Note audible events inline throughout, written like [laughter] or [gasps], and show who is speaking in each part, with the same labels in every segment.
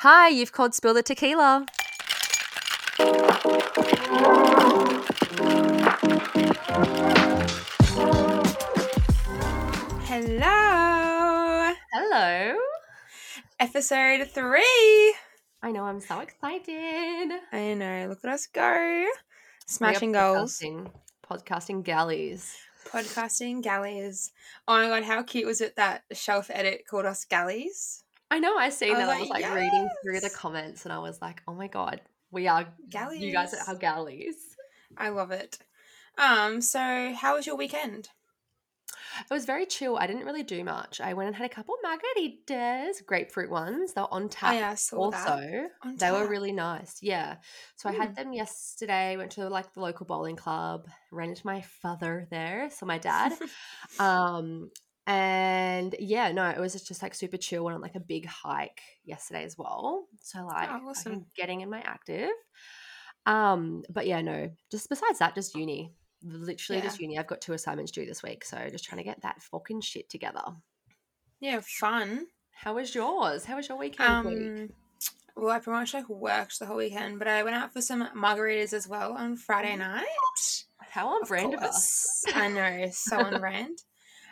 Speaker 1: Hi, you've called Spill the Tequila.
Speaker 2: Hello.
Speaker 1: Hello.
Speaker 2: Episode three.
Speaker 1: I know, I'm so excited.
Speaker 2: I know. Look at us go. Smashing goals.
Speaker 1: Podcasting, podcasting galleys.
Speaker 2: Podcasting galleys. Oh my god, how cute was it that shelf edit called us galleys?
Speaker 1: I know, I seen
Speaker 2: I was
Speaker 1: that. I
Speaker 2: like,
Speaker 1: was like reading through the
Speaker 2: "Yes."
Speaker 1: comments and I was like, oh my God, we are,
Speaker 2: Galleys.
Speaker 1: you guys are galleys.
Speaker 2: I love it. Um, so how was your weekend?
Speaker 1: It was very chill. I didn't really do much. I went and had a couple margaritas, grapefruit ones. They were on tap.
Speaker 2: Oh yeah, I saw
Speaker 1: also,
Speaker 2: that. On
Speaker 1: they were
Speaker 2: tap.
Speaker 1: really nice. Yeah. So I
Speaker 2: Mm.
Speaker 1: had them yesterday. Went to like the local bowling club. Ran into my father there. So my dad. um. And yeah, no, it was just like super chill. Went on like a big hike yesterday as well. So like
Speaker 2: Oh, awesome.
Speaker 1: fucking getting in my active. Um. But yeah, no. Just besides that, just uni. Literally just uni. I've got two assignments due this week, so just trying to get that fucking shit together.
Speaker 2: [laughs] yeah, fun.
Speaker 1: How was yours? How was your weekend? Blake?
Speaker 2: Um well, I pretty much like worked the whole weekend, but I went out for some margaritas as well on Friday night.
Speaker 1: How on
Speaker 2: Um, Of
Speaker 1: brand of us?
Speaker 2: course. I know, so on [laughs] brand.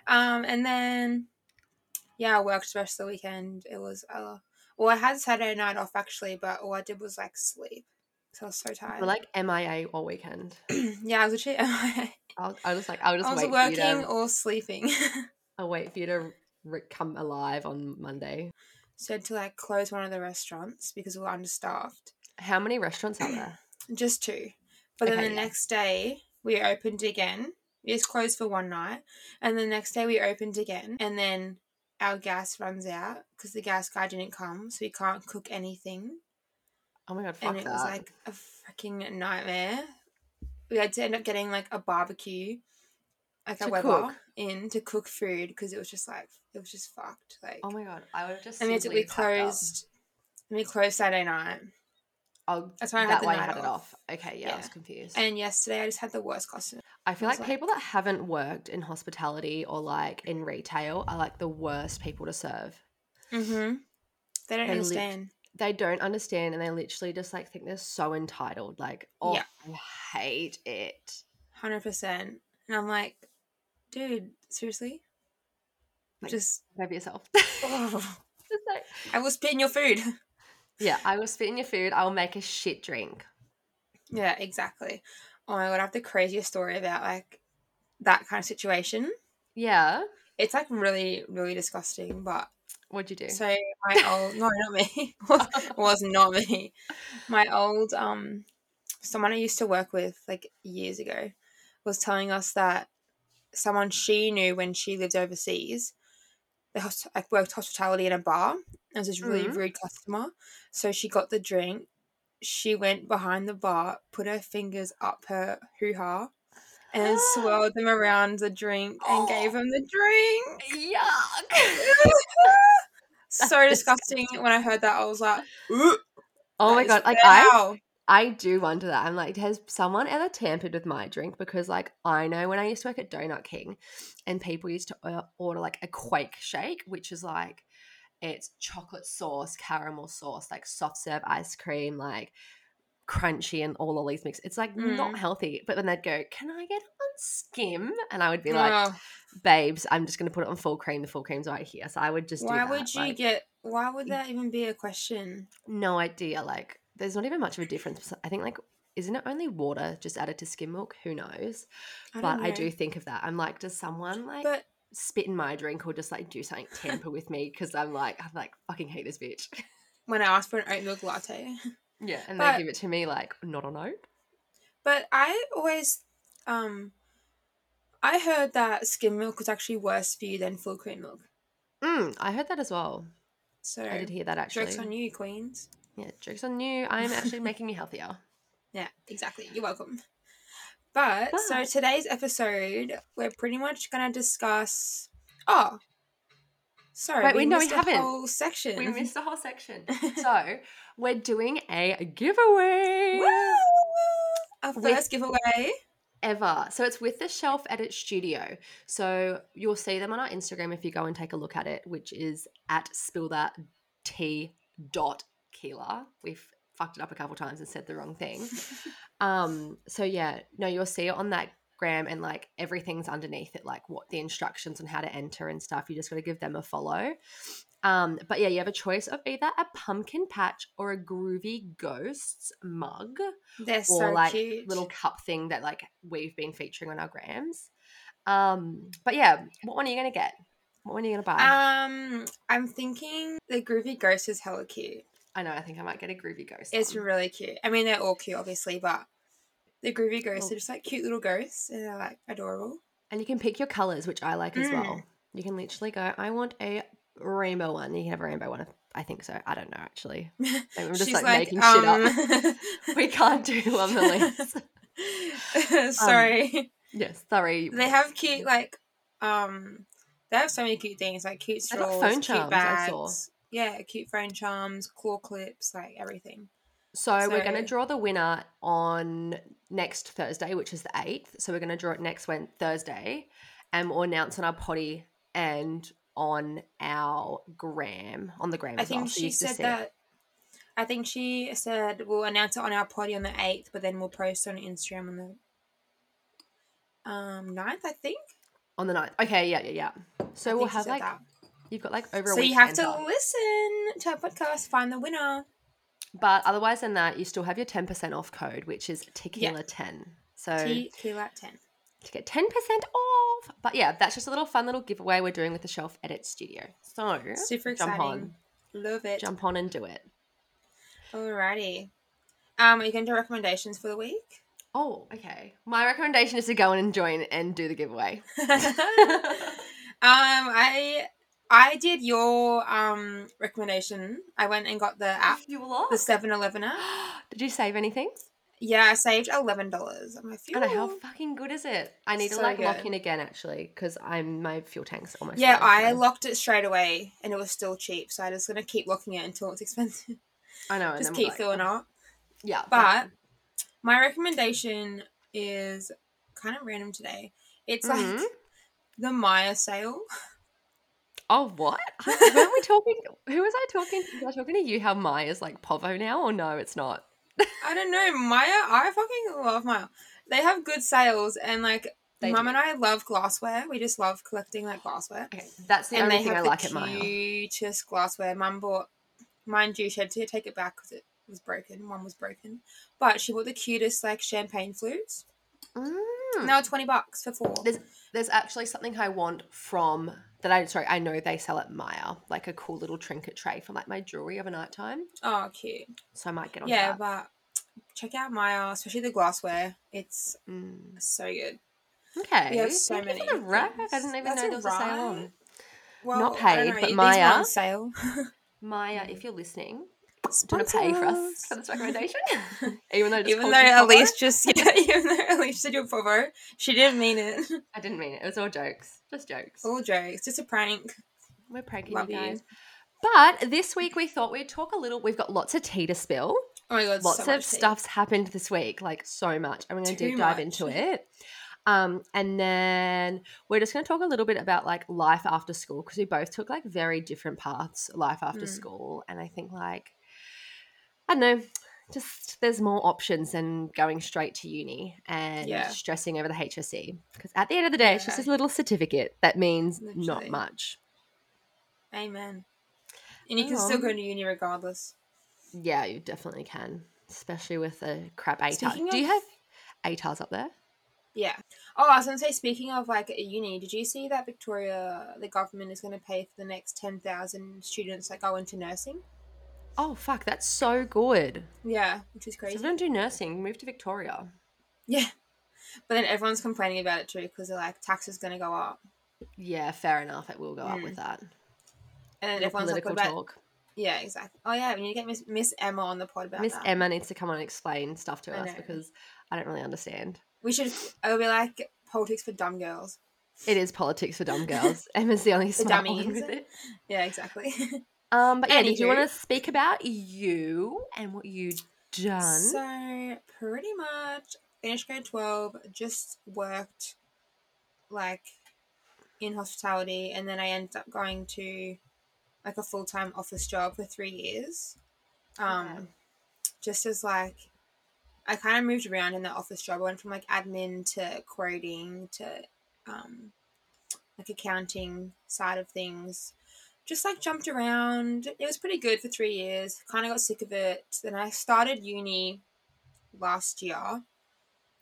Speaker 2: Um, and then, yeah, I worked the rest of the weekend. It was, uh, well, I had Saturday night off actually, but all I did was like sleep. So I was so tired.
Speaker 1: We're like MIA all weekend.
Speaker 2: [clears throat] yeah, I was literally, [laughs] I
Speaker 1: I was, I was like, I'll just wait
Speaker 2: was
Speaker 1: for you
Speaker 2: working
Speaker 1: to,
Speaker 2: or sleeping. [laughs]
Speaker 1: I'll wait for you to re- come alive on Monday.
Speaker 2: so I had to like close one of the restaurants because we were understaffed.
Speaker 1: How many restaurants are there?
Speaker 2: Just two. But then
Speaker 1: Okay,
Speaker 2: the
Speaker 1: yeah.
Speaker 2: next day, we opened again. It was closed for one night. And the next day, we opened again. And then our gas runs out because the gas guy didn't come. So we can't cook anything.
Speaker 1: Oh my god, fuck
Speaker 2: And it
Speaker 1: that.
Speaker 2: was like a freaking nightmare. We had to end up getting like a barbecue, like
Speaker 1: To
Speaker 2: a Weber,
Speaker 1: cook.
Speaker 2: in to cook food because it was just like, it was just fucked. Like,
Speaker 1: oh my god, I would have just.
Speaker 2: and we, had
Speaker 1: said
Speaker 2: to, we
Speaker 1: leave packed up.
Speaker 2: closed. We closed Saturday night.
Speaker 1: Oh,
Speaker 2: That's why I had
Speaker 1: that
Speaker 2: the
Speaker 1: way I
Speaker 2: night
Speaker 1: had it off.
Speaker 2: off.
Speaker 1: Okay, yeah, I was
Speaker 2: Yeah.
Speaker 1: confused.
Speaker 2: And yesterday, I just had the worst costume.
Speaker 1: I feel
Speaker 2: I
Speaker 1: like,
Speaker 2: was like-
Speaker 1: people that haven't worked in hospitality or like in retail are like the worst people to serve.
Speaker 2: Mm-hmm. They don't
Speaker 1: They lit-
Speaker 2: understand.
Speaker 1: They don't understand and they literally just like think they're so entitled. Like, oh,
Speaker 2: Yeah.
Speaker 1: I hate it.
Speaker 2: Hundred percent. And I'm like, dude, seriously?
Speaker 1: Like-
Speaker 2: Just
Speaker 1: Maybe yourself. [laughs]
Speaker 2: [laughs] oh,
Speaker 1: Just like-
Speaker 2: I will spit in your food.
Speaker 1: yeah, I will spit in your food. I will make a shit drink.
Speaker 2: yeah, exactly. Oh my god, I have the craziest story about like that kind of situation.
Speaker 1: Yeah.
Speaker 2: It's like really, really disgusting, but
Speaker 1: What'd you do?
Speaker 2: So my old no, not me. [laughs] was, was not me. My old um someone I used to work with like years ago was telling us that someone she knew when she lived overseas, they hos- like worked hospitality in a bar. and It was this really
Speaker 1: Mhm.
Speaker 2: rude customer. So she got the drink. She went behind the bar, put her fingers up her hoo ha, and then swirled them around the drink and gave him the drink
Speaker 1: Yuck.
Speaker 2: [laughs] so disgusting. When I heard that, I was like, "Ooh,
Speaker 1: oh
Speaker 2: that
Speaker 1: my
Speaker 2: is
Speaker 1: god. Like I
Speaker 2: foul."
Speaker 1: I do wonder that. I'm like, has someone ever tampered with my drink? Because like I know when I used to work at Donut King and people used to uh, order like a quake shake, which is like it's chocolate sauce, caramel sauce, like soft serve ice cream, like crunchy and all of these mix. It's like not
Speaker 2: Mm.
Speaker 1: healthy. But then they'd go, Can I get it on skim? And I would be like,
Speaker 2: Oh,
Speaker 1: babes, I'm just gonna put it on full cream. The full cream's right here. So I would just do
Speaker 2: why
Speaker 1: that.
Speaker 2: would you
Speaker 1: like, Mm.
Speaker 2: get? Why would that even be a question?
Speaker 1: no idea? Like, there's not even much of a difference. I think like, isn't it only water just added to skim milk? Who knows?
Speaker 2: I
Speaker 1: but
Speaker 2: don't
Speaker 1: I
Speaker 2: know.
Speaker 1: do think of that. I'm like, does someone like
Speaker 2: But
Speaker 1: spit in my drink or just like do something tamper with me? Because I'm like, I like fucking hate this bitch.
Speaker 2: when I asked for an oat milk latte, [laughs]
Speaker 1: Yeah, [laughs] and
Speaker 2: But-
Speaker 1: they give it to me like not on oat.
Speaker 2: but I always, um, I heard that skim milk was actually worse for you than full cream milk.
Speaker 1: Mm, I heard that as well.
Speaker 2: So
Speaker 1: I Oh, did hear that actually.
Speaker 2: jokes on you, queens.
Speaker 1: Yeah, jokes on you. I'm actually making you
Speaker 2: [laughs]
Speaker 1: healthier.
Speaker 2: Yeah, exactly. You're welcome. But, so
Speaker 1: But-
Speaker 2: today's episode, we're pretty much gonna discuss. Oh, sorry,
Speaker 1: Wait,
Speaker 2: we,
Speaker 1: wait, no, we
Speaker 2: missed a
Speaker 1: haven't.
Speaker 2: whole section.
Speaker 1: We missed the whole section. So we're doing a giveaway
Speaker 2: [laughs] Woo! Our first
Speaker 1: With-
Speaker 2: giveaway.
Speaker 1: ever. So it's with the Shelf Edit Studio. So you'll see them on our Instagram if you go and take a look at it, which is at spill that tea dot tequila. We've fucked it up a couple times and said the wrong thing. um, so yeah, no, you'll see it on that gram and like everything's underneath it, like what the instructions on how to enter and stuff. You just gotta give them a follow. Um, but yeah, you have a choice of either a pumpkin patch or a groovy ghosts mug
Speaker 2: They're so
Speaker 1: or like
Speaker 2: cute.
Speaker 1: little cup thing that like we've been featuring on our grams. Um, but yeah, what one are you gonna get? What one are you gonna buy?
Speaker 2: Um, I'm thinking the groovy ghost is hella cute.
Speaker 1: I know. I think I might get a groovy ghost.
Speaker 2: It's
Speaker 1: one.
Speaker 2: really cute. I mean, they're all cute, obviously, but the groovy ghosts
Speaker 1: Oh.
Speaker 2: are just like cute little ghosts, and they're like adorable.
Speaker 1: and you can pick your colors, which I like as well.
Speaker 2: Mm.
Speaker 1: You can literally go. I want a rainbow one. You can have a rainbow one. if- I think so. I don't know
Speaker 2: [laughs]
Speaker 1: actually. I'm just like, making shit up. [laughs] We can't [laughs]
Speaker 2: [laughs]
Speaker 1: do on the list.
Speaker 2: um, [laughs] sorry.
Speaker 1: yes, sorry.
Speaker 2: they have cute like um. They have so many cute things like cute
Speaker 1: They've got
Speaker 2: straws,
Speaker 1: phone
Speaker 2: cute
Speaker 1: charms, I
Speaker 2: bags.
Speaker 1: saw.
Speaker 2: Yeah, cute phone charms, claw clips, like everything.
Speaker 1: So, we're going to
Speaker 2: So-
Speaker 1: draw the winner on next Thursday, which is the 8th. So we're going to draw it next Wed Thursday and we'll announce on our potty and on our gram, on the gram
Speaker 2: I
Speaker 1: as well.
Speaker 2: think
Speaker 1: so you can
Speaker 2: she
Speaker 1: just
Speaker 2: said
Speaker 1: see it.
Speaker 2: that. I think she said we'll announce it on our potty on the eighth, but then we'll post on Instagram on the um 9th, I think.
Speaker 1: on the 9th. Okay, yeah, yeah, yeah. So
Speaker 2: I
Speaker 1: we'll
Speaker 2: think she
Speaker 1: have
Speaker 2: said
Speaker 1: like,
Speaker 2: that.
Speaker 1: you've got like over a
Speaker 2: so
Speaker 1: week
Speaker 2: you have
Speaker 1: to
Speaker 2: to
Speaker 1: enter.
Speaker 2: listen to our podcast, find the winner.
Speaker 1: But otherwise than that, you still have your 10% off code, which is tequila10. So
Speaker 2: T Kila ten.
Speaker 1: to get 10% off. But yeah, that's just a little fun little giveaway we're doing with the Shelf Edit Studio. So
Speaker 2: Super
Speaker 1: jump
Speaker 2: exciting.
Speaker 1: on.
Speaker 2: Love it.
Speaker 1: Jump on and do it.
Speaker 2: Alrighty. Um, are you going to do recommendations for
Speaker 1: [laughs]
Speaker 2: the week? [laughs]
Speaker 1: Oh, okay. My recommendation is to go in and join and do the [laughs] giveaway. Ah.
Speaker 2: um, I I did your um recommendation. I went and got the app,
Speaker 1: you lost.
Speaker 2: the 7-Eleven app.
Speaker 1: [gasps] Did you save anything?
Speaker 2: Yeah, I saved eleven dollars. I'm like,
Speaker 1: I know
Speaker 2: "Phew."
Speaker 1: how fucking good is it. I need to
Speaker 2: So
Speaker 1: like lock
Speaker 2: good.
Speaker 1: in again actually because I'm my fuel tank's almost.
Speaker 2: Yeah,
Speaker 1: low,
Speaker 2: I
Speaker 1: so-
Speaker 2: locked it straight away, and it was still cheap. So I'm just gonna keep locking it until it's [laughs] expensive.
Speaker 1: I know. and
Speaker 2: just
Speaker 1: then we're
Speaker 2: keep
Speaker 1: like- "Oh,
Speaker 2: filling up.
Speaker 1: Yeah,
Speaker 2: But my recommendation is kind of random today. It's
Speaker 1: [laughs] Mhm.
Speaker 2: like the Maya sale.
Speaker 1: oh what? Weren't we talking? Who was I talking? to? Was I talking to you? How Maya's like Povo now, or no? It's not.
Speaker 2: I don't know Maya. I fucking love Maya. They have good sales, and like
Speaker 1: They
Speaker 2: Mum
Speaker 1: do.
Speaker 2: and I love glassware. We just love collecting like glassware.
Speaker 1: Okay, that's the
Speaker 2: and
Speaker 1: only
Speaker 2: they
Speaker 1: thing
Speaker 2: have
Speaker 1: I
Speaker 2: the
Speaker 1: like at Maya.
Speaker 2: cutest glassware. Mum bought, mind you, she had to take it back because it was broken. One was broken, but she bought the cutest like champagne flutes.
Speaker 1: Mm.
Speaker 2: Now twenty bucks for four.
Speaker 1: There's there's actually something I want from that I sorry, I know they sell at Maya, like a cool little trinket tray from like my jewelry of a night time.
Speaker 2: Oh, cute.
Speaker 1: So I might get on
Speaker 2: Yeah,
Speaker 1: that.
Speaker 2: but check out Maya, especially the glassware. It's
Speaker 1: Mm.
Speaker 2: so good.
Speaker 1: Okay.
Speaker 2: We have so
Speaker 1: Thank you for
Speaker 2: many
Speaker 1: the rack. I
Speaker 2: things.
Speaker 1: didn't even
Speaker 2: That's
Speaker 1: know there was a sale
Speaker 2: alright.
Speaker 1: on.
Speaker 2: Well,
Speaker 1: Not
Speaker 2: I don't
Speaker 1: paid,
Speaker 2: know,
Speaker 1: but
Speaker 2: these were
Speaker 1: Maya- [laughs]
Speaker 2: on sale.
Speaker 1: Maya, if you're listening, do you want to pay for us for this
Speaker 2: [laughs]
Speaker 1: recommendation? Even though I just
Speaker 2: Even
Speaker 1: called
Speaker 2: though
Speaker 1: you Povo,
Speaker 2: Elise just, [laughs] yeah, even though Elise said you're Povo, she didn't mean it. [laughs]
Speaker 1: I didn't mean it. It was all jokes. Just jokes.
Speaker 2: All jokes, just a prank.
Speaker 1: We're pranking
Speaker 2: Love
Speaker 1: you
Speaker 2: you.
Speaker 1: guys. But this week we thought we'd talk a little. We've got lots of tea to spill.
Speaker 2: Oh my god,
Speaker 1: lots
Speaker 2: so
Speaker 1: of
Speaker 2: much tea.
Speaker 1: stuff's happened this week, like so much. I'm going to
Speaker 2: Too
Speaker 1: deep dive into
Speaker 2: much.
Speaker 1: it. Um, and then we're just going to talk a little bit about like life after school because we both took like very different paths life after
Speaker 2: Mm.
Speaker 1: school. And I think like, I don't know, just there's more options than going straight to uni and
Speaker 2: Yeah.
Speaker 1: stressing over the HSC. Because at the end of the day, it's just
Speaker 2: Yeah.
Speaker 1: this little certificate that means not
Speaker 2: Literally.
Speaker 1: much.
Speaker 2: Amen. And you can still go to uni regardless.
Speaker 1: Yeah, you definitely can, especially with a crap ATAR.
Speaker 2: Speaking
Speaker 1: Do you
Speaker 2: of-
Speaker 1: have ATARs up there?
Speaker 2: Yeah. Oh, I was gonna say. Speaking of like uni, did you see that Victoria, the government is gonna pay for the next ten thousand students that go into nursing?
Speaker 1: Oh fuck, that's so good.
Speaker 2: Yeah, which is
Speaker 1: So
Speaker 2: crazy.
Speaker 1: don't do nursing. Move to Victoria.
Speaker 2: Yeah. But then everyone's complaining about it too because they're like tax is gonna go up,
Speaker 1: Yeah, fair enough. It will go up
Speaker 2: Mm.
Speaker 1: with that.
Speaker 2: and then
Speaker 1: Little
Speaker 2: everyone's like,
Speaker 1: political
Speaker 2: what about?
Speaker 1: talk.
Speaker 2: Yeah, exactly. Oh yeah, we need to get Miss, Miss Emma on the pod about
Speaker 1: Miss
Speaker 2: that.
Speaker 1: Emma needs to come on and explain stuff to
Speaker 2: I
Speaker 1: us
Speaker 2: know.
Speaker 1: because I don't really understand.
Speaker 2: We should. It'll be like politics for dumb girls.
Speaker 1: It is politics for dumb
Speaker 2: [laughs]
Speaker 1: girls. Emma's the only smart one
Speaker 2: dummies.
Speaker 1: with it.
Speaker 2: Yeah, exactly. [laughs]
Speaker 1: Um, but yeah, did you
Speaker 2: Anywho.
Speaker 1: want to speak about you and what you done?
Speaker 2: So pretty much finished grade twelve, just worked like in hospitality and then I ended up going to like a full time office job for three years. Um,
Speaker 1: Okay.
Speaker 2: just as like I kind of moved around in the office job. I went from like admin to quoting to um, like accounting side of things. Just like jumped around. It was pretty good for three years. Kind of got sick of it. Then I started uni last year.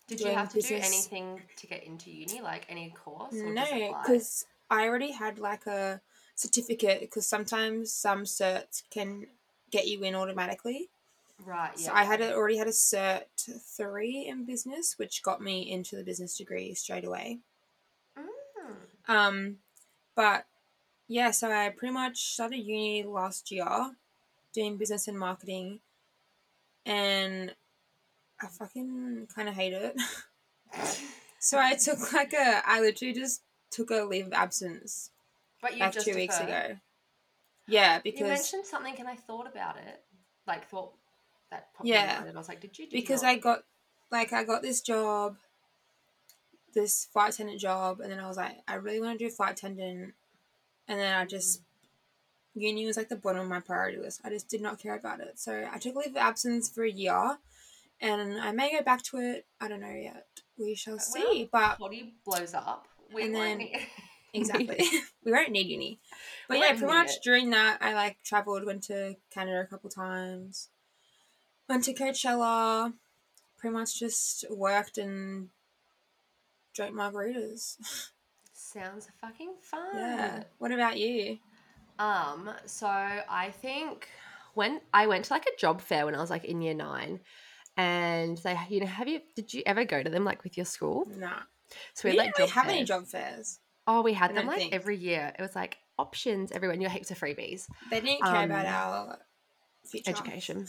Speaker 1: Did you
Speaker 2: doing
Speaker 1: have to do
Speaker 2: business.
Speaker 1: anything to get into uni, like any course? Or just
Speaker 2: No,
Speaker 1: apply?
Speaker 2: because I already had like a certificate. Because sometimes some certs can get you in automatically.
Speaker 1: right, yeah.
Speaker 2: So I had a, already had a cert three in business, which got me into the business degree straight away.
Speaker 1: Mm.
Speaker 2: [laughs] Um, but yeah, so I pretty much started uni last year doing business and marketing, and I fucking kind of hate it. [laughs] so I took like a, I literally just took a leave of absence
Speaker 1: But you
Speaker 2: like
Speaker 1: just
Speaker 2: two weeks
Speaker 1: deferred.
Speaker 2: ago. Yeah, because
Speaker 1: you mentioned something, and I thought about it. Like thought that popped in
Speaker 2: Yeah.
Speaker 1: my mind, and I was like, "Did you?" Do
Speaker 2: because
Speaker 1: not?
Speaker 2: I got like I got this job, this flight attendant job, and then I was like, I really want to do flight attendant, and then
Speaker 1: Mm-hmm.
Speaker 2: I just uni was like the bottom of my priority list. I just did not care about it, so I took leave of absence for a year, and I may go back to it. I don't know yet. We shall see.
Speaker 1: [laughs]
Speaker 2: But
Speaker 1: body blows up. We
Speaker 2: And
Speaker 1: won't
Speaker 2: then-
Speaker 1: need- [laughs]
Speaker 2: exactly, [laughs] we won't need uni. But
Speaker 1: We
Speaker 2: yeah,
Speaker 1: won't
Speaker 2: pretty
Speaker 1: need
Speaker 2: much
Speaker 1: it.
Speaker 2: during that, I like traveled, went to Canada a couple times, went to Coachella, pretty much just worked and drank margaritas.
Speaker 1: [laughs]
Speaker 2: [laughs]
Speaker 1: Sounds fucking fun.
Speaker 2: yeah.
Speaker 1: Ah.
Speaker 2: What about you?
Speaker 1: Um, so I think when I went to like a job fair when I was like in year nine, and they, you know, have you? Did you ever go to them like with your school?
Speaker 2: Nah.
Speaker 1: So
Speaker 2: We,
Speaker 1: we had, like
Speaker 2: didn't really
Speaker 1: job
Speaker 2: have any
Speaker 1: fairs.
Speaker 2: job fairs.
Speaker 1: Oh, we had
Speaker 2: I
Speaker 1: them
Speaker 2: don't
Speaker 1: like
Speaker 2: think.
Speaker 1: every year. It was like options everywhere, and you had heaps of freebies.
Speaker 2: They didn't care about
Speaker 1: Um,
Speaker 2: our future. [laughs]
Speaker 1: education.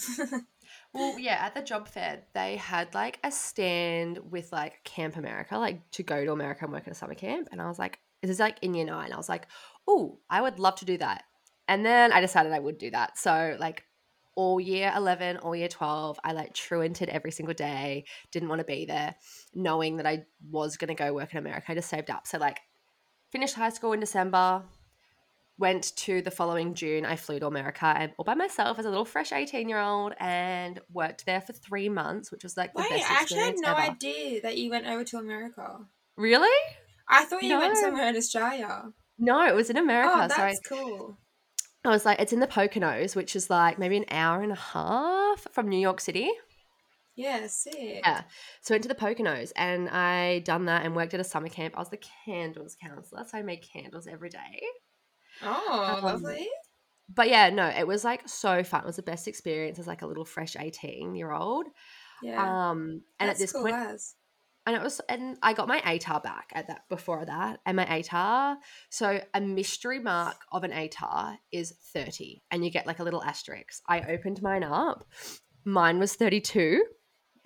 Speaker 1: Well, yeah, at the job fair, they had like a stand with like Camp America, like to go to America and work at a summer camp. And I was like, this is like in year nine. I was like, oh, I would love to do that. And then I decided I would do that. So, like, all year 11, all year 12, I like truanted every single day, didn't want to be there, knowing that I was going to go work in America. I just saved up. So, like, finished high school in December, went to the following June. I flew to America and all by myself as a little fresh 18 year old and worked there for three months, which was like the
Speaker 2: Wait,
Speaker 1: best
Speaker 2: I actually had
Speaker 1: experience
Speaker 2: no
Speaker 1: ever.
Speaker 2: idea that you went over to America.
Speaker 1: Really?
Speaker 2: I thought you went
Speaker 1: No.
Speaker 2: somewhere in Australia.
Speaker 1: No, it was in America.
Speaker 2: oh, that's
Speaker 1: so I,
Speaker 2: cool.
Speaker 1: I was like, it's in the Poconos, which is like maybe an hour and a half from New York City.
Speaker 2: Yeah, sick.
Speaker 1: Yeah. So I went to the Poconos and I done that and worked at a summer camp. I was the candles counselor, so I made candles every day.
Speaker 2: Oh,
Speaker 1: Um,
Speaker 2: lovely.
Speaker 1: But yeah, no, it was like so fun. It was the best experience as like a little fresh 18 year old.
Speaker 2: Yeah.
Speaker 1: Um, and at
Speaker 2: that's [laughs]
Speaker 1: this
Speaker 2: cool
Speaker 1: point,
Speaker 2: as.
Speaker 1: and it was and I got my ATAR back at that before that and my ATAR so a mystery mark of an ATAR is 30 and you get like a little asterisk I opened mine up mine was 32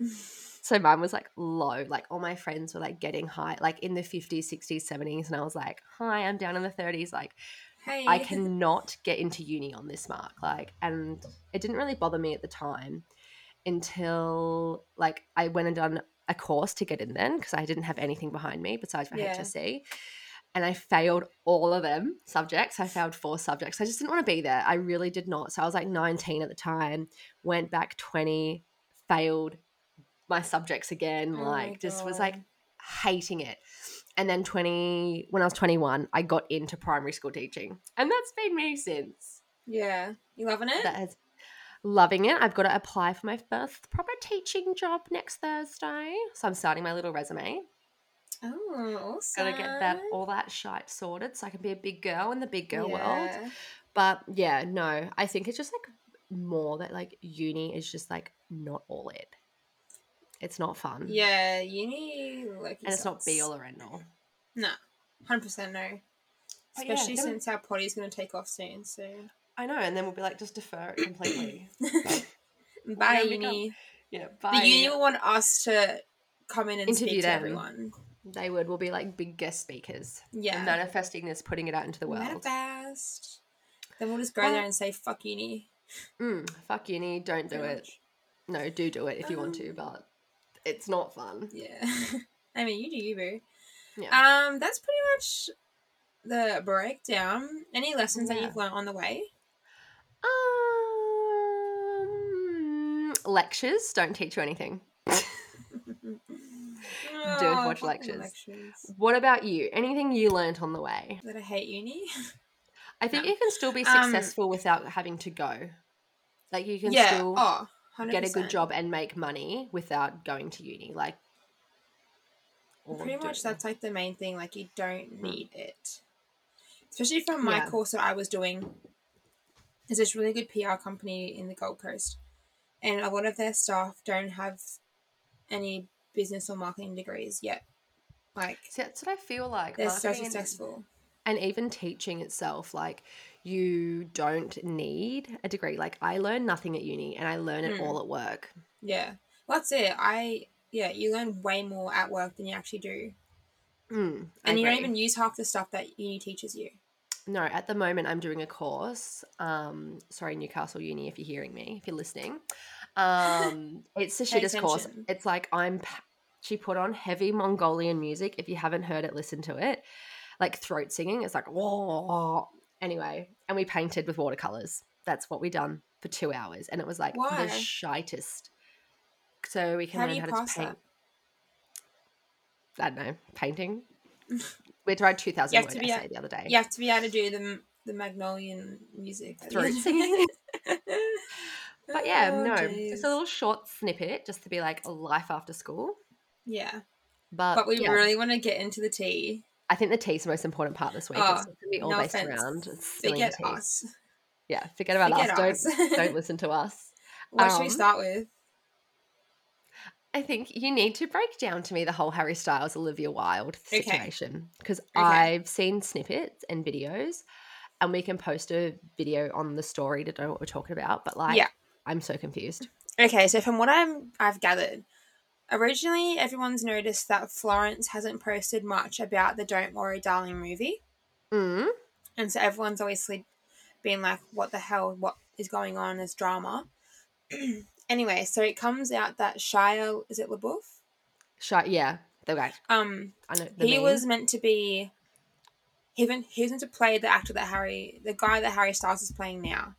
Speaker 1: so mine was like low like all my friends were like getting high like in the 50s 60s 70s and I was like hi I'm down in the 30s like
Speaker 2: Hey.
Speaker 1: I cannot get into uni on this mark. Like, and it didn't really bother me at the time until like I went and done a course to get in then because I didn't have anything behind me besides my
Speaker 2: Yeah.
Speaker 1: HSC. E, And I failed all of them subjects. I failed four subjects. I just didn't want to be there. I really did not. So I was like 19 at the time, went back 20, failed my subjects again,
Speaker 2: [laughs] Oh my
Speaker 1: like just was like
Speaker 2: God.
Speaker 1: hating it. And then 20 when I was 21, I got into primary school teaching. And that's been me since.
Speaker 2: Yeah. You loving it?
Speaker 1: That has loving it. I've got to apply for my first proper teaching job next Thursday. So I'm starting my little resume.
Speaker 2: oh, awesome.
Speaker 1: Gotta get that all that shite sorted so I can be a big girl in the big girl world.
Speaker 2: Yeah.
Speaker 1: But yeah, no, I think it's just like more that like uni is just like not all it. It's not fun.
Speaker 2: Yeah, uni like
Speaker 1: Hmm. And it's not be all or end all.
Speaker 2: No, hundred percent no.
Speaker 1: But yeah,
Speaker 2: Especially
Speaker 1: then-
Speaker 2: since our potty's going to take off soon. So
Speaker 1: I know, and then we'll be like, just defer it completely.
Speaker 2: [laughs] bye,
Speaker 1: we
Speaker 2: uni.
Speaker 1: yeah,
Speaker 2: The
Speaker 1: bye.
Speaker 2: uni will want us to come in and
Speaker 1: Interview
Speaker 2: speak to
Speaker 1: them.
Speaker 2: everyone.
Speaker 1: they would will be like big guest speakers.
Speaker 2: Yeah,
Speaker 1: And manifesting this, putting it out into the world.
Speaker 2: manifest. Then we'll just go
Speaker 1: Well,
Speaker 2: there and say fuck uni.
Speaker 1: Mm, fuck uni, don't do
Speaker 2: pretty
Speaker 1: it.
Speaker 2: much. Um,
Speaker 1: No, do do it if you want to, but it's not fun.
Speaker 2: Yeah. [laughs] I mean, you do you, boo.
Speaker 1: Yeah.
Speaker 2: Um, that's pretty much the breakdown. Any lessons that
Speaker 1: Yeah.
Speaker 2: you've learned on the way?
Speaker 1: um lectures don't teach you anything.
Speaker 2: Don't
Speaker 1: watch lectures. What about you? Anything you learnt on the way?
Speaker 2: That I hate uni.
Speaker 1: I think
Speaker 2: No.
Speaker 1: you can still be
Speaker 2: Um,
Speaker 1: successful without having to go. Like you can
Speaker 2: yeah.
Speaker 1: still
Speaker 2: oh, 100%.
Speaker 1: get a good job and make money without going to uni. Like or
Speaker 2: Pretty much
Speaker 1: doing-
Speaker 2: that's like the main thing. Like you don't need it, especially from my
Speaker 1: Yeah.
Speaker 2: course that I was doing. There's this really good PR company in the Gold Coast, and a lot of their staff don't have any business or marketing degrees yet. Like
Speaker 1: See, that's what I feel like.
Speaker 2: they're so
Speaker 1: marketing and-
Speaker 2: successful.
Speaker 1: and even teaching itself like you don't need a degree like i learn nothing at uni and i learn it
Speaker 2: Mm.
Speaker 1: all at work
Speaker 2: Yeah, well, that's it. I yeah, you learn way more at work than you actually do,
Speaker 1: Mm, I
Speaker 2: and you don't
Speaker 1: agree.
Speaker 2: even use half the stuff that uni teaches you.
Speaker 1: no at the moment i'm doing a course um sorry newcastle uni if you're hearing me if you're listening
Speaker 2: [laughs]
Speaker 1: um it's the
Speaker 2: Pay
Speaker 1: shittest course
Speaker 2: attention.
Speaker 1: it's like i'm pa- she put on heavy mongolian music if you haven't heard it listen to it like throat singing it's like whoa anyway and we painted with watercolors that's what we done for two hours and it was like
Speaker 2: Why?
Speaker 1: the shitest so we can
Speaker 2: How do
Speaker 1: learn
Speaker 2: you
Speaker 1: how to
Speaker 2: pass
Speaker 1: paint
Speaker 2: that?
Speaker 1: i don't know
Speaker 2: [laughs]
Speaker 1: painting we tried 2000
Speaker 2: You have
Speaker 1: word
Speaker 2: to be a-
Speaker 1: essay the other day
Speaker 2: You have to be able to do the the Magnolian music. at the
Speaker 1: throat
Speaker 2: end. [laughs]
Speaker 1: singing But yeah,
Speaker 2: Oh,
Speaker 1: no,
Speaker 2: jeez.
Speaker 1: it's a little short snippet just to be like a life after school.
Speaker 2: Yeah,
Speaker 1: But,
Speaker 2: but we
Speaker 1: yeah,
Speaker 2: really want to get into the tea.
Speaker 1: I think the tea's the most important part this week.
Speaker 2: Oh,
Speaker 1: it's going to be all
Speaker 2: no
Speaker 1: based
Speaker 2: offense.
Speaker 1: around spilling
Speaker 2: Forget
Speaker 1: tea.
Speaker 2: us.
Speaker 1: Yeah, forget about
Speaker 2: Forget
Speaker 1: us.
Speaker 2: us. [laughs]
Speaker 1: Don't don't listen to us.
Speaker 2: What should we
Speaker 1: Um,
Speaker 2: start with?
Speaker 1: I think you need to break down to me the whole Harry Styles Olivia Wilde
Speaker 2: Okay.
Speaker 1: situation because
Speaker 2: Okay.
Speaker 1: I've seen snippets and videos, and we can post a video on the story to know what we're talking about. But like,
Speaker 2: Yeah.
Speaker 1: I'm so confused.
Speaker 2: Okay, so from what I'm I've gathered, originally everyone's noticed that Florence hasn't posted much about the Don't Worry Darling movie,
Speaker 1: Mm.
Speaker 2: and so everyone's obviously been like, "What the hell? What is going on? There's drama." [clears throat] anyway, so it comes out that Shia is it LaBeouf?
Speaker 1: Shy, yeah, the guy.
Speaker 2: Um,
Speaker 1: I know the
Speaker 2: he
Speaker 1: meme.
Speaker 2: was meant to be he was, he was meant to play the actor that Harry the guy that Harry Styles is playing now.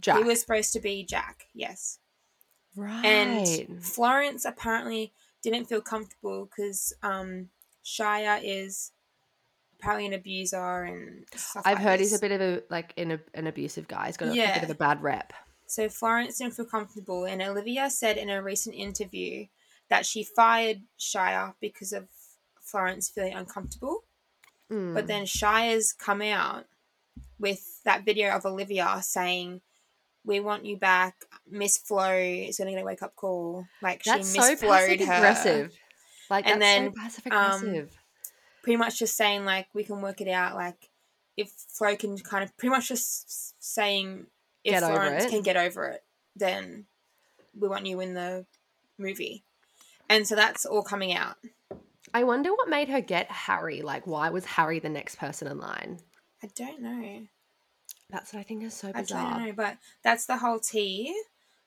Speaker 1: Jack.
Speaker 2: He was supposed to be Jack, yes.
Speaker 1: right.
Speaker 2: And Florence apparently didn't feel comfortable because um, Shia is apparently an abuser and stuff.
Speaker 1: I've
Speaker 2: like
Speaker 1: heard
Speaker 2: this.
Speaker 1: he's a bit of a like an, ab- an abusive guy. He's got a, a
Speaker 2: Yeah.
Speaker 1: bit of a bad rep.
Speaker 2: So Florence didn't feel comfortable, and Olivia said in a recent interview that she fired Shia because of Florence feeling uncomfortable. But
Speaker 1: Mm.
Speaker 2: then Shire's come out with that video of Olivia saying, "We want you back." Miss Flo is going to get a wake up call. Like
Speaker 1: that's
Speaker 2: she
Speaker 1: so
Speaker 2: Miss Flowed
Speaker 1: passive
Speaker 2: her.
Speaker 1: aggressive. Like
Speaker 2: And
Speaker 1: that's
Speaker 2: then,
Speaker 1: so passive
Speaker 2: um,
Speaker 1: aggressive.
Speaker 2: Pretty much just saying like we can work it out. Like if Flo can kind of pretty much just s- saying if
Speaker 1: Get over
Speaker 2: Florence
Speaker 1: it.
Speaker 2: can get over it, then we want you in the movie. And so that's all coming out.
Speaker 1: I wonder what made her get Harry. Like, why was Harry the next person in line?
Speaker 2: I don't know.
Speaker 1: That's what I think is so
Speaker 2: I
Speaker 1: bizarre.
Speaker 2: don't know, but that's the whole tea.